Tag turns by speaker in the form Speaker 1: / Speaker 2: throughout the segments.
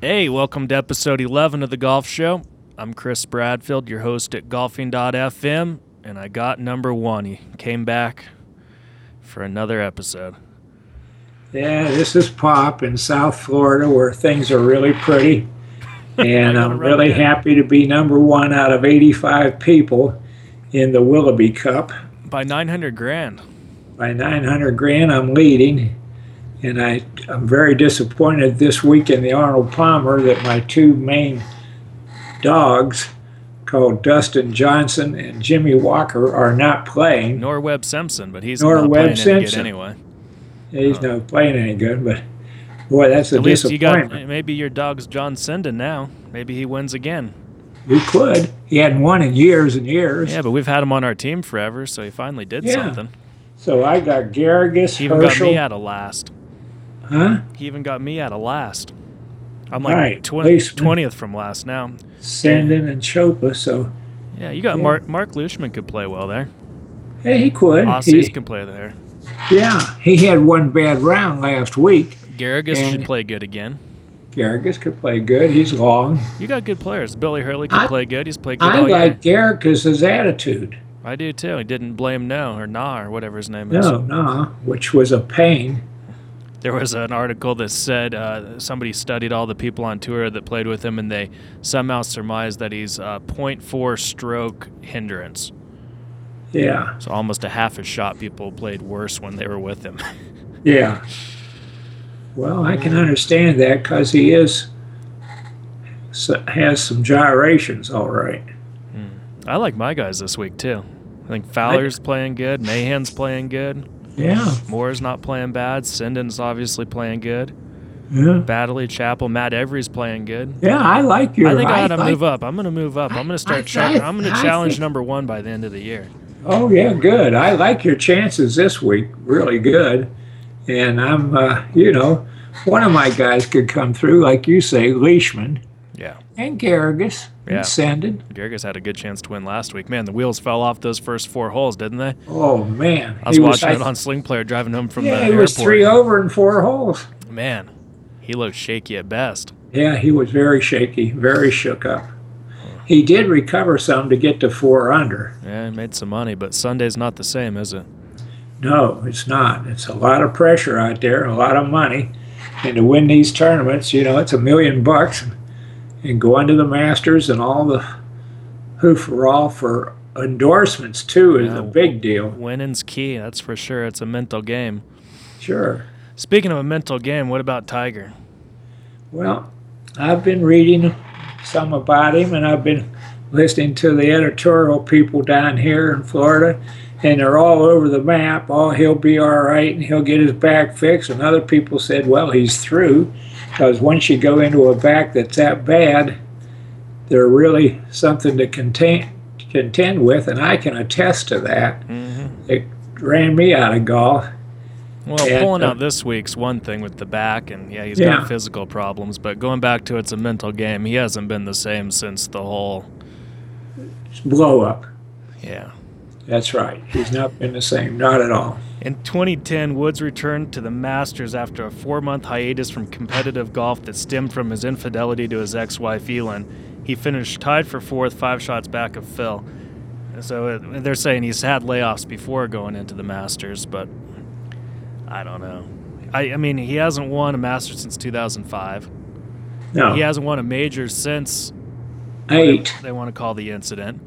Speaker 1: Hey, welcome to episode 11 of The Golf Show. I'm Chris Bradfield, your host at golfing.fm, and I got number one. He came back for another episode.
Speaker 2: Yeah, this is Pop in South Florida where things are really pretty. And I'm really
Speaker 1: Right.
Speaker 2: happy to be number one out of 85 people in the Willoughby Cup.
Speaker 1: By 900 grand.
Speaker 2: By 900 grand, I'm leading. And I, I'm very disappointed this week in the Arnold Palmer that my two main dogs, called Dustin Johnson and Jimmy Walker, are not playing.
Speaker 1: Nor Webb Simpson, but he's
Speaker 2: Nor
Speaker 1: not playing any
Speaker 2: Webb
Speaker 1: good
Speaker 2: Simpson.
Speaker 1: anyway.
Speaker 2: He's not playing any good, but boy, that's a
Speaker 1: At least you got
Speaker 2: disappointment.
Speaker 1: maybe your dog's John Sinden now. Maybe he wins again.
Speaker 2: You could. He hadn't won in years and years.
Speaker 1: Yeah, but we've had him on our team forever, so he finally did
Speaker 2: Yeah.
Speaker 1: something.
Speaker 2: So I got Garrigus,
Speaker 1: He even
Speaker 2: Herschel.
Speaker 1: got me out of last.
Speaker 2: Huh?
Speaker 1: He even got me out of last. I'm like
Speaker 2: All right,
Speaker 1: twen-
Speaker 2: placement.
Speaker 1: 20th from last now.
Speaker 2: Sandin and Chopa. So,
Speaker 1: Yeah, you got Mark. Mark Lushman could play well there.
Speaker 2: hey, he could.
Speaker 1: Aussies
Speaker 2: He,
Speaker 1: can play there.
Speaker 2: yeah, he had one bad round last week.
Speaker 1: Garrigus
Speaker 2: And-
Speaker 1: should play good again.
Speaker 2: Garrigus could play good. He's long.
Speaker 1: You got good players. Billy Hurley can
Speaker 2: I-
Speaker 1: play good. He's played good
Speaker 2: I
Speaker 1: all year.
Speaker 2: like Garrigus's attitude.
Speaker 1: I do too. He didn't blame no or nah or whatever his name is.
Speaker 2: No, no, which was a pain.
Speaker 1: There was an article that said uh, somebody studied all the people on tour that played with him, and they somehow surmised that he's uh, 0.4 stroke hindrance.
Speaker 2: Yeah,
Speaker 1: So almost a half a shot. People played worse when they were with him.
Speaker 2: yeah. Well, I can understand that because he is so- has some gyrations, all right.
Speaker 1: I like my guys this week too. I think Fowler's playing good. Mahan's playing good.
Speaker 2: Yeah,
Speaker 1: Moore's not playing bad. Sendin's obviously playing good.
Speaker 2: yeah,
Speaker 1: Battley Chapel, Matt Every's playing good.
Speaker 2: yeah. I like your.
Speaker 1: I think I gotta
Speaker 2: like-
Speaker 1: move up. I'm gonna move up. I'm gonna start.
Speaker 2: I-
Speaker 1: chuck-
Speaker 2: I-
Speaker 1: I'm gonna
Speaker 2: I
Speaker 1: challenge
Speaker 2: think-
Speaker 1: number one by the end of the year.
Speaker 2: Oh yeah, good. I like your chances this week. Really good. And I'm, uh, you know, one of my guys could come through, like you say, Leishman
Speaker 1: Yeah,
Speaker 2: and Garrigus
Speaker 1: Yeah.
Speaker 2: and Sandin.
Speaker 1: Gergis had a good chance to win last week. Man, the wheels fell off those first four holes, didn't they?
Speaker 2: Oh man,
Speaker 1: I was watching
Speaker 2: I-
Speaker 1: it on Sling Player driving home from
Speaker 2: Yeah,
Speaker 1: the
Speaker 2: he was three
Speaker 1: airport.
Speaker 2: over and four holes.
Speaker 1: Man, he looked shaky at best.
Speaker 2: Yeah, he was very shaky, very shook up. He did recover some to get to four under.
Speaker 1: Yeah, he made some money, but Sunday's not the same, is it?
Speaker 2: No, it's not. It's a lot of pressure out there, a lot of money. And to win these tournaments, you know, it's a million bucks. And going to the Masters and all the hoof-for-all for endorsements, too, is
Speaker 1: Yeah.
Speaker 2: a big deal.
Speaker 1: Winning's key, that's for sure. It's a mental game.
Speaker 2: Sure.
Speaker 1: Speaking of a mental game, what about Tiger?
Speaker 2: Well, I've been reading some about him, and I've been listening to the editorial people down here in Florida, and they're all over the map. Oh, he'll be all right, and he'll get his back fixed. And other people said, well, he's through, because once you go into a back that's that bad, they're really something to contain, contend with, and I can attest to that.
Speaker 1: Mm-hmm.
Speaker 2: It ran me out of golf.
Speaker 1: Well,
Speaker 2: Yeah,
Speaker 1: pulling
Speaker 2: uh,
Speaker 1: out this week's one thing with the back, and yeah, he's
Speaker 2: Yeah.
Speaker 1: got physical problems, but going back to it's a mental game, he hasn't been the same since the whole.
Speaker 2: It's blow up.
Speaker 1: Yeah.
Speaker 2: That's right. He's not been the same, not at all.
Speaker 1: In 2010, Woods returned to the Masters after a four month hiatus from competitive golf that stemmed from his infidelity to his ex wife, Elin. He finished tied for fourth, five shots back of Phil. So uh, they're saying he's had layoffs before going into the Masters, but I don't know. I, I mean, he hasn't won a Masters since 2005.
Speaker 2: No.
Speaker 1: He hasn't won a major since
Speaker 2: Eight.
Speaker 1: they want to call the incident.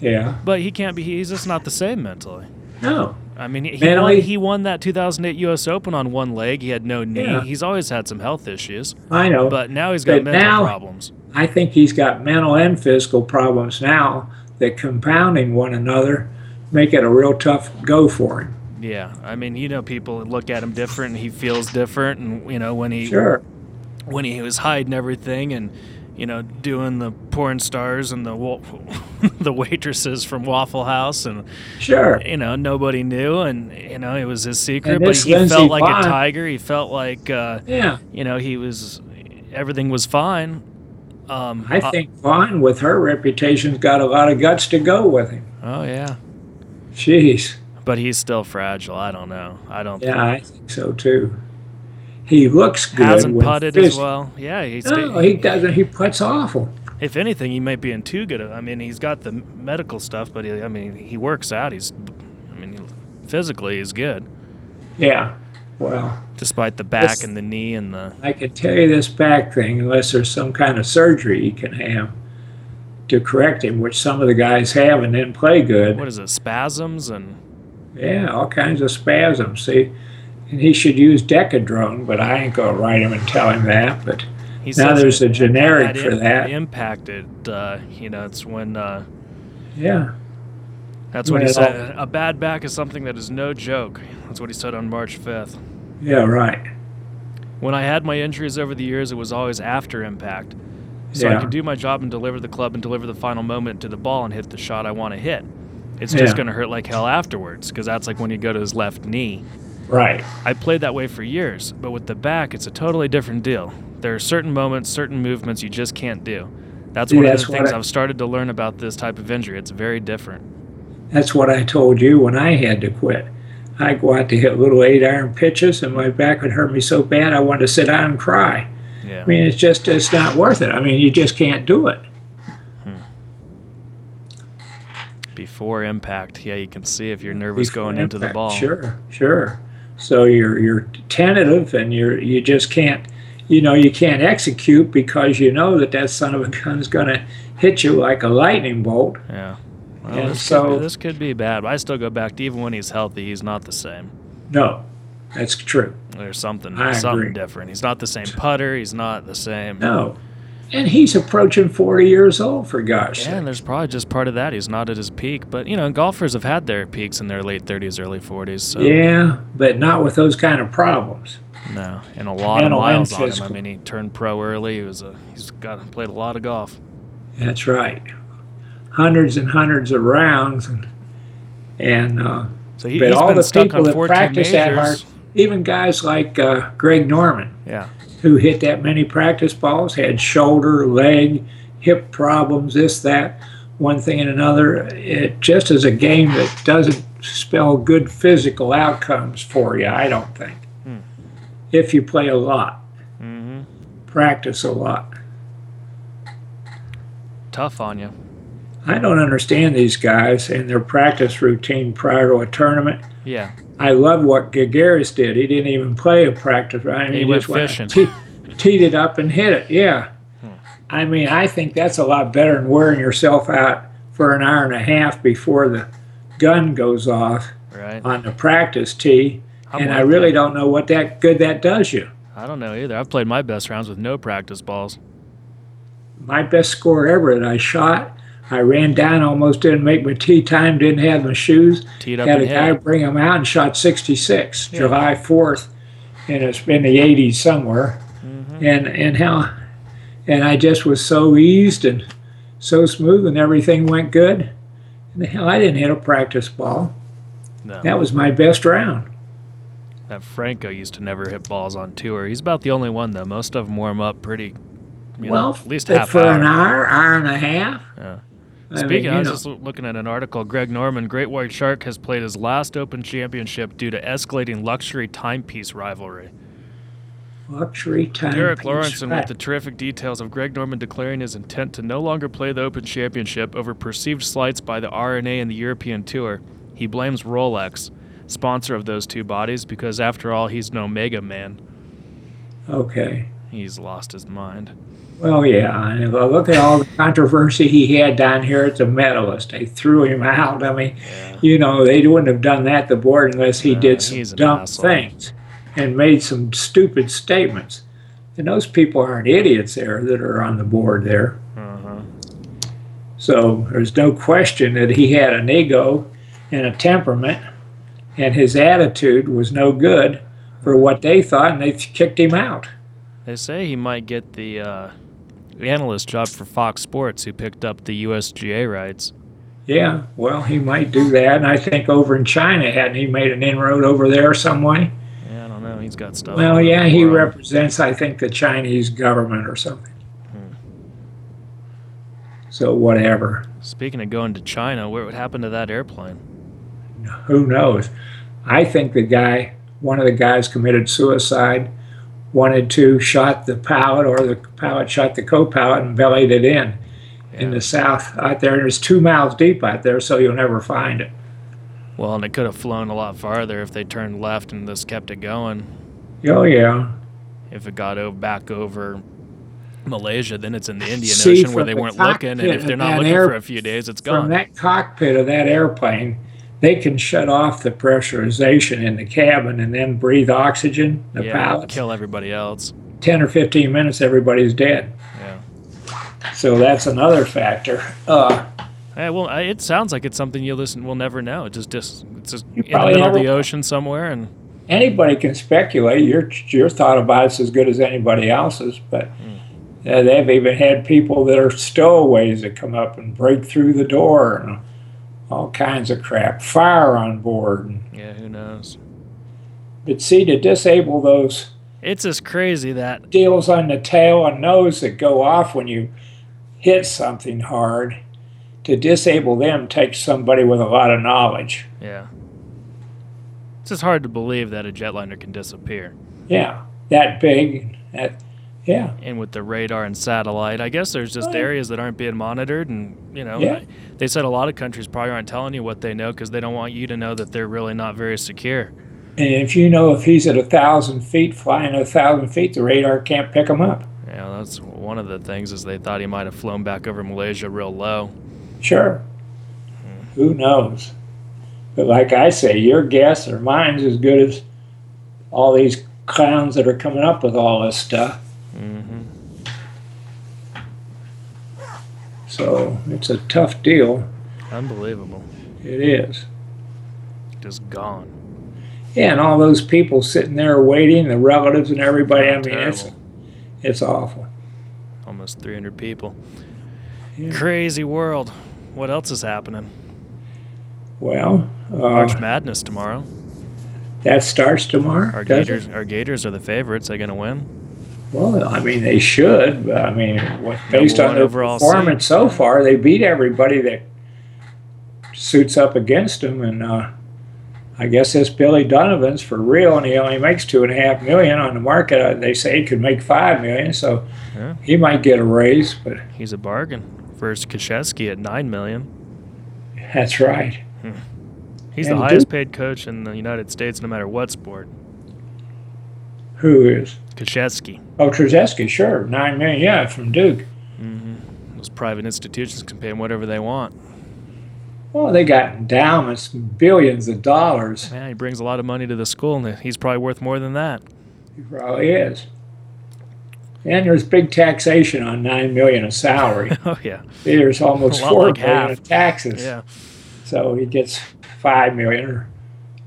Speaker 2: Yeah.
Speaker 1: But he can't be. He's just not the same mentally.
Speaker 2: No.
Speaker 1: I mean, he
Speaker 2: Mentally?
Speaker 1: won, he won that 2008 U.S. Open on one leg. He had no knee.
Speaker 2: Yeah.
Speaker 1: He's always had some health issues,
Speaker 2: I know.
Speaker 1: but now he's got
Speaker 2: But
Speaker 1: mental
Speaker 2: now-
Speaker 1: problems.
Speaker 2: I think he's got mental and physical problems now that compounding one another make it a real tough go for him.
Speaker 1: Yeah, I mean, you know, people look at him different, and he feels different, and you know, when he
Speaker 2: Sure.
Speaker 1: when he was hiding everything and you know doing the porn stars and the wa- the waitresses from Waffle House and
Speaker 2: Sure.
Speaker 1: you know nobody knew and you know it was his secret
Speaker 2: And
Speaker 1: but
Speaker 2: this
Speaker 1: he
Speaker 2: Lindsey
Speaker 1: felt like
Speaker 2: Vonn-
Speaker 1: a tiger he felt like uh,
Speaker 2: Yeah.
Speaker 1: you know he was everything was fine um,
Speaker 2: I think Vaughn, with her reputation's got a lot of guts to go with him.
Speaker 1: oh yeah
Speaker 2: Jeez.
Speaker 1: but he's still fragile I don't know I don't
Speaker 2: Yeah, I think so too. He looks good.
Speaker 1: Hasn't
Speaker 2: with
Speaker 1: putted
Speaker 2: fist-
Speaker 1: as well. Yeah, he's.
Speaker 2: No, he doesn't. He puts awful.
Speaker 1: If anything, he might be in too good. of- I mean, he's got the medical stuff, but he, I mean, he works out. He's, I mean, he- physically, he's good,
Speaker 2: Yeah. Well,
Speaker 1: despite the back
Speaker 3: Yes.
Speaker 1: and the knee and the.
Speaker 2: I can tell you this back thing, unless there's some kind of surgery you can have to correct him, which some of the guys have and then play good.
Speaker 1: What is it? Spasms and
Speaker 2: Yeah, all kinds of spasms. See, and he should use Decadrone, but I ain't gonna write him and tell him that. But
Speaker 1: he
Speaker 2: now
Speaker 1: says
Speaker 2: there's a
Speaker 1: that
Speaker 2: generic for
Speaker 1: im-
Speaker 2: that.
Speaker 1: impacted. Uh, you know, it's when uh,
Speaker 2: Yeah,
Speaker 1: that's what he
Speaker 2: Well-
Speaker 1: said. A bad back is something that is no joke. That's what he said on March fifth.
Speaker 2: yeah, right.
Speaker 1: When I had my injuries over the years, it was always after impact. So I
Speaker 2: Yeah.
Speaker 1: can do my job and deliver the club and deliver the final moment to the ball and hit the shot I want to hit. It's just
Speaker 2: Yeah.
Speaker 1: going to hurt like hell afterwards because that's like when you go to his left knee.
Speaker 2: Right.
Speaker 1: I played that way for years, but with the back, it's a totally different deal. There are certain moments, certain movements you just can't do. That's
Speaker 2: See,
Speaker 1: one
Speaker 2: that's
Speaker 1: of the
Speaker 2: what
Speaker 1: things
Speaker 2: I-
Speaker 1: I've started to learn about this type of injury. It's very different.
Speaker 2: That's what I told you when I had to quit. I go out to hit little eight iron pitches, and my back would hurt me so bad I wanted to sit down and cry.
Speaker 1: Yeah.
Speaker 2: I mean, it's just it's not worth it. I mean, you just can't do it.
Speaker 1: Before impact, yeah, you can see if you're nervous going into the
Speaker 2: Impact.
Speaker 1: ball.
Speaker 2: Sure, sure. So you're you're tentative, and you're you just can't, you know, you can't execute because you know that that son of a gun's going to hit you like a lightning bolt.
Speaker 1: Yeah. Well,
Speaker 2: And
Speaker 1: this, could
Speaker 2: so-
Speaker 1: be, this could be bad. But I still go back to even when he's healthy, he's not the same.
Speaker 2: No, that's true.
Speaker 1: There's something
Speaker 2: I
Speaker 1: something
Speaker 2: agree.
Speaker 1: different. He's not the same putter. He's not the same.
Speaker 2: No, and he's approaching forty years old for gosh.
Speaker 1: Yeah,
Speaker 2: sake.
Speaker 1: and there's probably just part of that. He's not at his peak. But, you know, golfers have had their peaks in their late 30s, early 40s. So,
Speaker 2: Yeah, but not with those kind of problems.
Speaker 1: no. And a lot of
Speaker 2: Mental and
Speaker 1: miles on him. I
Speaker 2: physical.
Speaker 1: mean, he turned pro early. He was a, he's got played a lot of golf.
Speaker 2: That's right. Hundreds and hundreds of rounds, and, and uh,
Speaker 1: So he,
Speaker 2: But
Speaker 1: he's
Speaker 2: all
Speaker 1: been
Speaker 2: the
Speaker 1: stuck
Speaker 2: people
Speaker 1: on
Speaker 2: that
Speaker 1: 14 majors.
Speaker 2: practice that hard- even guys like uh, Greg Norman,
Speaker 1: Yeah.
Speaker 2: who hit that many practice balls, had shoulder, leg, hip problems, this, that, one thing and another. It just is a game that doesn't spell good physical outcomes for you, I don't think. If you play a lot,
Speaker 1: hmm
Speaker 2: practice a lot.
Speaker 1: Tough on you.
Speaker 2: I don't understand these guys and their practice routine prior to a tournament.
Speaker 1: Yeah.
Speaker 2: I love what Gagaris did. He didn't even play a practice. round. I mean,
Speaker 1: He
Speaker 2: he,
Speaker 1: went
Speaker 2: just went
Speaker 1: fishing. Hmm.
Speaker 2: Te- teed it up and hit it. Yeah. I mean, I think that's a lot better than wearing yourself out for an hour and a half before the gun goes off
Speaker 1: Right.
Speaker 2: on the practice tee.
Speaker 1: I'm
Speaker 2: and
Speaker 1: with
Speaker 2: I really don't know what that good that does you.
Speaker 1: I don't know either. I've played my best rounds with no practice balls.
Speaker 2: My best score ever that I shot. I ran down, almost didn't make my tee time, didn't have my shoes.
Speaker 1: Teed up
Speaker 2: had
Speaker 1: and
Speaker 2: a
Speaker 1: hit.
Speaker 2: guy bring him out and shot 66 july 4th and it's been the 80s somewhere and and how and i just was so eased and so smooth and everything went good and hell i didn't hit a practice ball
Speaker 1: No.
Speaker 2: that was my best round
Speaker 1: That Franco used to never hit balls on tour. He's about the only one though. Most of them warm up pretty, you know,
Speaker 2: well
Speaker 1: at least
Speaker 2: but
Speaker 1: half
Speaker 2: for an
Speaker 1: hour.
Speaker 2: hour hour and a half
Speaker 1: Yeah.
Speaker 2: I mean,
Speaker 1: Speaking,
Speaker 2: you
Speaker 1: I was
Speaker 2: know,
Speaker 1: just loo- looking at an article. Greg Norman, Great White Shark, has played his last Open Championship due to escalating luxury timepiece rivalry.
Speaker 2: luxury time
Speaker 1: Derek
Speaker 2: piece.
Speaker 1: Lawrenson
Speaker 2: Right.
Speaker 1: with the terrific details of Greg Norman declaring his intent to no longer play the Open Championship over perceived slights by the RNA and the European Tour. He blames Rolex, sponsor of those two bodies, because after all, he's no Mega Man.
Speaker 2: okay
Speaker 1: He's lost his mind.
Speaker 2: Well, yeah, and if I look at all the controversy he had down here at the medalist. They threw him out. I mean, you know, they wouldn't have done that the board unless he
Speaker 1: Uh,
Speaker 2: did some
Speaker 1: he's an
Speaker 2: dumb
Speaker 1: asshole.
Speaker 2: things and made some stupid statements. And those people aren't idiots there that are on the board there.
Speaker 1: Uh-huh.
Speaker 2: So there's no question that he had an ego and a temperament, and his attitude was no good for what they thought, and they kicked him out.
Speaker 1: They say he might get the uh, analyst job for Fox Sports, who picked up the USGA rights.
Speaker 2: Yeah, well, he might do that. And I think over in China, hadn't he made an inroad over there some way?
Speaker 1: Yeah, I don't know. He's got stuff.
Speaker 2: Well,
Speaker 1: going
Speaker 2: yeah,
Speaker 1: on
Speaker 2: he
Speaker 1: for him.
Speaker 2: represents, I think, the Chinese government or something. So, whatever.
Speaker 1: Speaking of going to China, where what happened to that airplane?
Speaker 2: Who knows? I think the guy, one of the guys committed suicide wanted to, shot the pilot, or the pilot shot the co pilot and bellied it in in the south out there. And it's two miles deep out there, so you'll never find it.
Speaker 1: Well, and it could have flown a lot farther if they turned left and just kept it going.
Speaker 2: Oh, yeah.
Speaker 1: If it got o- back over Malaysia, then it's in the Indian
Speaker 2: See,
Speaker 1: Ocean where
Speaker 2: from
Speaker 1: they
Speaker 2: the
Speaker 1: weren't looking. And
Speaker 2: cockpit
Speaker 1: if they're
Speaker 2: of
Speaker 1: not
Speaker 2: that
Speaker 1: looking
Speaker 2: air-
Speaker 1: for a few days, it's
Speaker 2: From
Speaker 1: gone.
Speaker 2: that cockpit of that airplane, they can shut off the pressurization in the cabin and then breathe oxygen. The
Speaker 1: Yeah,
Speaker 2: pilots,
Speaker 1: kill everybody else.
Speaker 2: 10 or 15 minutes, everybody's dead.
Speaker 1: Yeah.
Speaker 2: So that's another factor. Uh,
Speaker 1: Hey, well, I, it sounds like it's something you listen. We'll never know. It just dis, it's just in the
Speaker 2: probably
Speaker 1: middle of
Speaker 2: never-
Speaker 1: the ocean somewhere, and
Speaker 2: anybody can speculate. Your your thought about it's as good as anybody else's, but
Speaker 1: Hmm.
Speaker 2: uh, they've even had people that are stowaways that come up and break through the door and all kinds of crap. Fire on board. And,
Speaker 1: yeah, who knows?
Speaker 2: but see, to disable those
Speaker 1: It's just crazy that
Speaker 2: deals on the tail and nose that go off when you hit something hard, to disable them takes somebody with a lot of knowledge.
Speaker 1: yeah. It's just hard to believe that a jetliner can disappear.
Speaker 2: Yeah, that big. That, yeah.
Speaker 1: And with the radar and satellite, I guess there's just
Speaker 2: Oh, yeah.
Speaker 1: areas that aren't being monitored, and you know,
Speaker 2: Yeah.
Speaker 1: they said a lot of countries probably aren't telling you what they know because they don't want you to know that they're really not very secure.
Speaker 2: And if you know if he's at a thousand feet, flying a thousand feet, the radar can't pick him up.
Speaker 1: Yeah, that's one of the things is they thought he might have flown back over Malaysia real low.
Speaker 2: Sure. Who knows? But like I say, your guess or mine's as good as all these clowns that are coming up with all this stuff.
Speaker 1: Mm-hmm.
Speaker 2: So it's a tough deal.
Speaker 1: Unbelievable.
Speaker 2: It is.
Speaker 1: Just gone.
Speaker 2: Yeah, and all those people sitting there waiting, the relatives and everybody. I mean, it's
Speaker 1: Terrible.
Speaker 2: it's awful.
Speaker 1: almost 300 people.
Speaker 2: Yeah.
Speaker 1: Crazy world. What else is happening?
Speaker 2: Well,
Speaker 1: March
Speaker 2: uh,
Speaker 1: Madness tomorrow.
Speaker 2: that starts tomorrow.
Speaker 1: Our
Speaker 2: doesn't it?
Speaker 1: Gators, our Gators are the favorites. They're going to win.
Speaker 2: Well, I mean, they should. But I mean, what, based
Speaker 1: Number
Speaker 2: on
Speaker 1: one
Speaker 2: their
Speaker 1: overall seed.
Speaker 2: performance so far, they beat everybody that suits up against them. And uh, I guess this Billy Donovan's for real, and he only makes two and a half million on the market. Uh, They say he could make five million, so
Speaker 1: Yeah.
Speaker 2: he might get a raise. But
Speaker 1: He's a bargain. First Kashevsky at nine million.
Speaker 2: that's right.
Speaker 1: He's
Speaker 2: And
Speaker 1: the
Speaker 2: Duke-
Speaker 1: highest paid coach in the United States, no matter what sport.
Speaker 2: Who is?
Speaker 1: Kashevsky.
Speaker 2: Oh, Trzeski, sure, nine million. Yeah, from Duke.
Speaker 1: Those private institutions can pay him whatever they want.
Speaker 2: Well, they got endowments, billions of dollars.
Speaker 1: Man, he brings a lot of money to the school, and he's probably worth more than that.
Speaker 2: He probably is. And there's big taxation on nine million of salary.
Speaker 1: oh yeah,
Speaker 2: There's almost
Speaker 1: A lot
Speaker 2: four
Speaker 1: like
Speaker 2: billion
Speaker 1: half.
Speaker 2: of taxes.
Speaker 1: yeah.
Speaker 2: So he gets five million or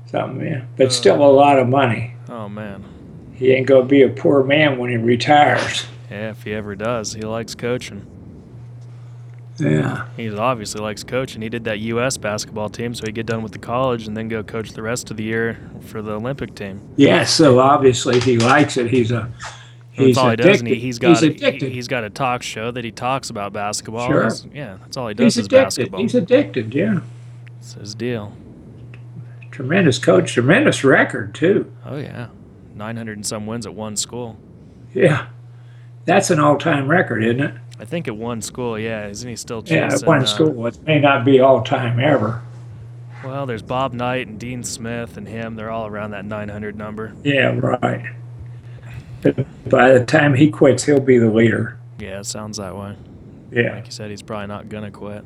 Speaker 2: something, yeah.
Speaker 1: Uh.
Speaker 2: But still a lot of money.
Speaker 1: Oh man,
Speaker 2: He ain't gonna be a poor man when he retires.
Speaker 1: yeah. If he ever does, he likes coaching.
Speaker 2: Yeah.
Speaker 1: He obviously likes coaching. He did that U.S. basketball team, so he'd get done with the college and then go coach the rest of the year for the Olympic team.
Speaker 2: Yeah, so obviously he likes it. He's a
Speaker 1: That's
Speaker 2: he's
Speaker 1: all
Speaker 2: addicted.
Speaker 1: he does. And he, he's got
Speaker 2: he's addicted.
Speaker 1: He, has got a talk show that he talks about basketball.
Speaker 2: Sure.
Speaker 1: He's- yeah, that's all he does
Speaker 2: he's
Speaker 1: is
Speaker 2: addicted.
Speaker 1: basketball.
Speaker 2: He's addicted, yeah.
Speaker 1: it's his deal.
Speaker 2: Tremendous coach, tremendous record too.
Speaker 1: Oh yeah, 900 and some wins at one school.
Speaker 2: Yeah. That's an all time record, isn't it?
Speaker 1: I think at one school. Yeah, isn't he still?
Speaker 2: Yeah,
Speaker 1: chasing,
Speaker 2: one
Speaker 1: uh,
Speaker 2: school. It may not be all time ever.
Speaker 1: Well, there's Bob Knight and Dean Smith and him. They're all around that 900 number.
Speaker 2: Yeah, right. But by the time he quits, he'll be the leader.
Speaker 1: Yeah, it sounds that way.
Speaker 2: Yeah,
Speaker 1: Like you said, he's probably not gonna quit.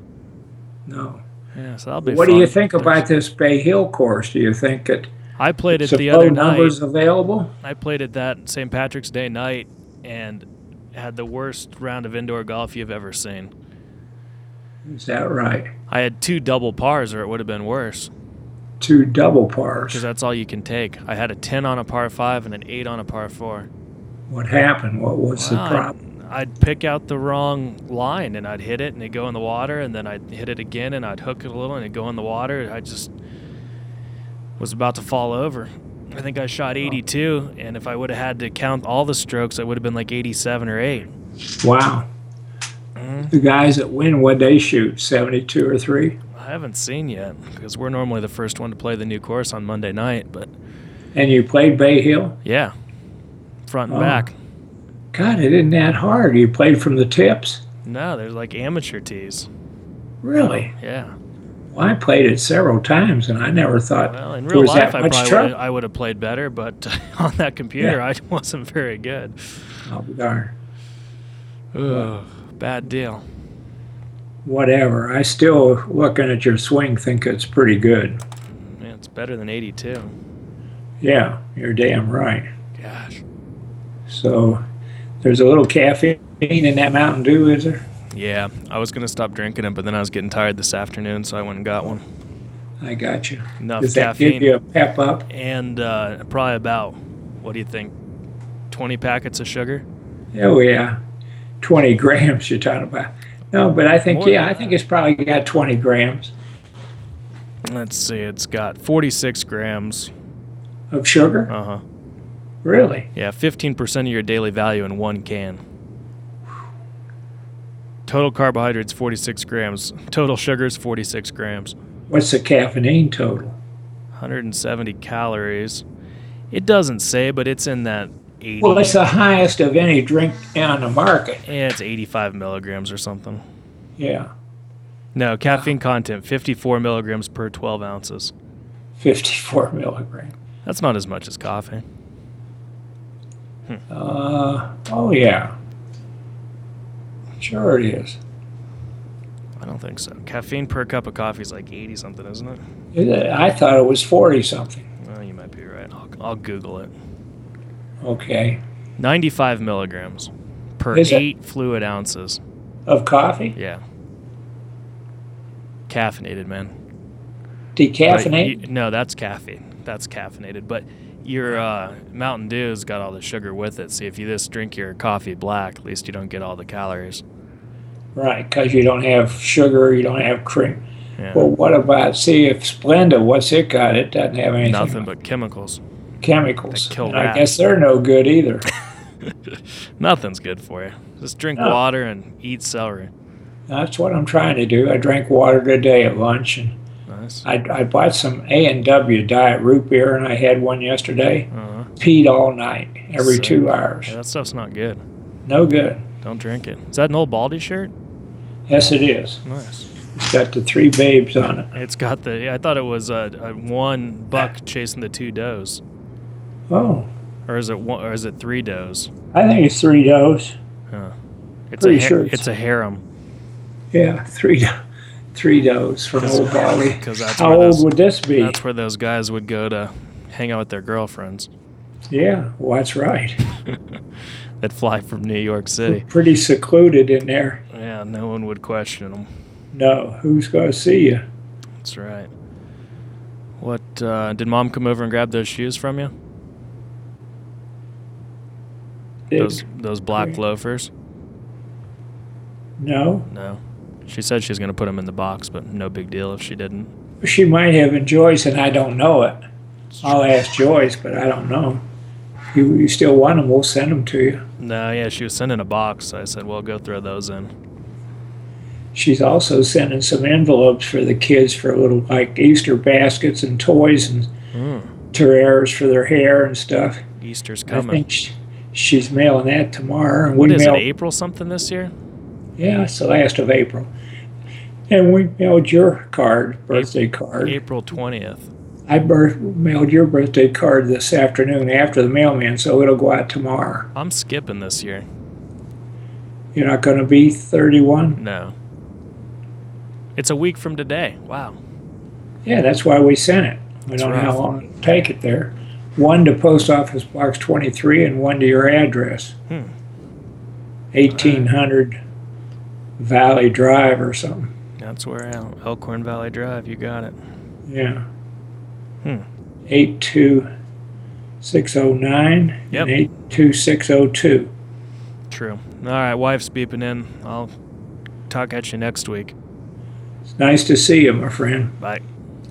Speaker 2: no.
Speaker 1: Yeah, so that'll be.
Speaker 2: What do you
Speaker 1: fun.
Speaker 2: think about this Bay Hill course? Do you think that
Speaker 1: I played it
Speaker 2: some
Speaker 1: the
Speaker 2: low
Speaker 1: other night.
Speaker 2: numbers available?
Speaker 1: I played at that St. Patrick's Day night and had the worst round of indoor golf you've ever seen.
Speaker 2: Is that right?
Speaker 1: I had two double pars, or it would have been worse,
Speaker 2: Two double
Speaker 1: because
Speaker 2: pars.
Speaker 1: that's all you can take. I had a 10 on a par 5 and an 8 on a par 4.
Speaker 2: What happened? What was the
Speaker 1: Wow,
Speaker 2: problem?
Speaker 1: I'd, I'd pick out the wrong line and I'd hit it and it'd go in the water, and then I'd hit it again and I'd hook it a little and it'd go in the water. and I just was about to fall over. I think I shot 82, and if I would have had to count all the strokes, I would have been like 87 or 8.
Speaker 2: Wow.
Speaker 1: Mm.
Speaker 2: The guys that win, what they shoot? Seventy-two or three?
Speaker 1: I haven't seen yet because we're normally the first one to play the new course on Monday night. But
Speaker 2: And you played Bay Hill?
Speaker 1: yeah, front and
Speaker 2: Oh.
Speaker 1: back.
Speaker 2: God, it isn't that hard. You played from the tips?
Speaker 1: No, there's like amateur tees.
Speaker 2: Really?
Speaker 1: Yeah.
Speaker 2: Well, I played it several times, and I never thought
Speaker 1: Well, in
Speaker 2: there
Speaker 1: real
Speaker 2: was
Speaker 1: life,
Speaker 2: that
Speaker 1: I
Speaker 2: much
Speaker 1: probably would
Speaker 2: trouble.
Speaker 1: I would have played better, but uh, on that computer, I wasn't very good.
Speaker 2: Oh, darn.
Speaker 1: Ugh, bad deal.
Speaker 2: Whatever. I still, looking at your swing, think it's pretty good.
Speaker 1: Man, it's better than 82.
Speaker 2: Yeah, you're damn right.
Speaker 1: Gosh.
Speaker 2: So there's a little caffeine in that Mountain Dew, is there?
Speaker 1: Yeah, I was gonna stop drinking it, but then I was getting tired this afternoon, so I went and got one.
Speaker 2: I got you.
Speaker 1: Enough
Speaker 2: Does that
Speaker 1: caffeine.
Speaker 2: give you a pep up?
Speaker 1: and uh, probably about what do you think 20 packets of sugar
Speaker 2: Oh yeah, 20 grams you're talking about. No, but I think
Speaker 1: More
Speaker 2: yeah,
Speaker 1: than
Speaker 2: I think it's probably got 20 grams
Speaker 1: let's see it's got 46 grams
Speaker 2: of sugar.
Speaker 1: uh-huh
Speaker 2: Really?
Speaker 1: yeah 15% of your daily value in one can total carbohydrates 46 grams total sugars 46 grams
Speaker 2: What's the caffeine total?
Speaker 1: 170 calories it doesn't say but it's in that 80
Speaker 2: Well, it's the highest of any drink on the market.
Speaker 1: yeah, it's 85 milligrams or something
Speaker 2: Yeah,
Speaker 1: no caffeine content 54 milligrams per 12 ounces
Speaker 2: 54 milligrams.
Speaker 1: that's not as much as coffee
Speaker 2: Uh, oh yeah, sure it is.
Speaker 1: I don't think so. Caffeine per cup of coffee is like 80 something, isn't it?
Speaker 2: I thought it was 40 something.
Speaker 1: Well, you might be right. I'll, I'll Google it.
Speaker 2: Okay,
Speaker 1: 95 milligrams per
Speaker 2: Is it?
Speaker 1: eight fluid ounces.
Speaker 2: of coffee,
Speaker 1: Yeah. Caffeinated, man. But you-
Speaker 2: decaffeinated.
Speaker 1: no, that's caffeine. That's caffeinated. But your uh, Mountain Dew's got all the sugar with it. So if you just drink your coffee black, at least you don't get all the calories.
Speaker 2: Right, because you don't have sugar, you don't have cream.
Speaker 1: Yeah.
Speaker 2: Well, what about see if Splenda? What's it got? It doesn't have anything.
Speaker 1: Nothing but chemicals.
Speaker 2: chemicals.
Speaker 1: They kill
Speaker 2: And I
Speaker 1: rats.
Speaker 2: guess they're no good either.
Speaker 1: Nothing's good for you. Just drink
Speaker 2: No.
Speaker 1: water and eat celery.
Speaker 2: That's what I'm trying to do. I drank water today at lunch, and
Speaker 1: Nice.
Speaker 2: I, I bought some A and W diet root beer, and I had one yesterday.
Speaker 1: Uh-huh.
Speaker 2: Peed all night, every
Speaker 1: Sick.
Speaker 2: two hours.
Speaker 1: Yeah, that stuff's not good.
Speaker 2: No good.
Speaker 1: Don't drink it. Is that an old Baldy shirt?
Speaker 2: Yes, it is.
Speaker 1: Nice.
Speaker 2: It's got the three babes on it.
Speaker 1: It's got the. I thought it was a, a one buck chasing the two does,
Speaker 2: Oh,
Speaker 1: or is it one? Or is it three does?
Speaker 2: I think it's three does.
Speaker 1: Huh. It's
Speaker 2: Pretty
Speaker 1: a ha-
Speaker 2: sure it's-
Speaker 1: it's a harem.
Speaker 2: Yeah, three, do- three does from
Speaker 1: Cause-
Speaker 2: old Bali.
Speaker 1: 'cause that's
Speaker 2: How
Speaker 1: where
Speaker 2: old
Speaker 1: those-
Speaker 2: would this be?
Speaker 1: That's where those guys would go to hang out with their girlfriends
Speaker 2: Yeah, well, that's right.
Speaker 1: that fly from New York City.
Speaker 2: Pretty secluded in there.
Speaker 1: Yeah, no one would question them.
Speaker 2: No, who's going to see you?
Speaker 1: That's right. What uh, did mom come over and grab those shoes from you?
Speaker 2: Did-
Speaker 1: Those those black
Speaker 2: Great.
Speaker 1: loafers?
Speaker 2: no,
Speaker 1: No. She said she's gonna put them in the box, but no big deal if she didn't.
Speaker 2: she might have in Joyce, and I don't know it. I'll ask Joyce, but I don't know. You, you still want them? We'll send them to you.
Speaker 1: No, yeah, she was sending a box. I said, "Well, go throw those in."
Speaker 2: She's also sending some envelopes for the kids for little like Easter baskets and toys and terrairs for their hair and stuff.
Speaker 1: Easter's
Speaker 2: Hmm. I
Speaker 1: coming.
Speaker 2: think she, she's mailing that tomorrow. And
Speaker 1: What
Speaker 2: we
Speaker 1: is
Speaker 2: mail,
Speaker 1: it? April something this year?
Speaker 2: Yeah, it's the last of April. And we mailed your card, birthday card.
Speaker 1: April twentieth.
Speaker 2: I bir- mailed your birthday card this afternoon after the mailman, so it'll go out tomorrow.
Speaker 1: I'm skipping this year.
Speaker 2: You're not going to be 31?
Speaker 1: No. It's a week from today. Wow.
Speaker 2: Yeah, that's why we sent it. We
Speaker 1: That's
Speaker 2: don't know
Speaker 1: right.
Speaker 2: how long it'll take it there. One to Post Office Box 23 and one to your address.
Speaker 1: Hmm.
Speaker 2: 1800 Valley Drive or something.
Speaker 1: That's where I am. Elkhorn Valley Drive. You got it.
Speaker 2: Yeah.
Speaker 1: Hmm.
Speaker 2: 82609
Speaker 1: Yep.
Speaker 2: and 82602.
Speaker 1: True. All right. Wife's beeping in. I'll talk at you next week.
Speaker 2: It's nice to see you, my friend.
Speaker 1: Bye.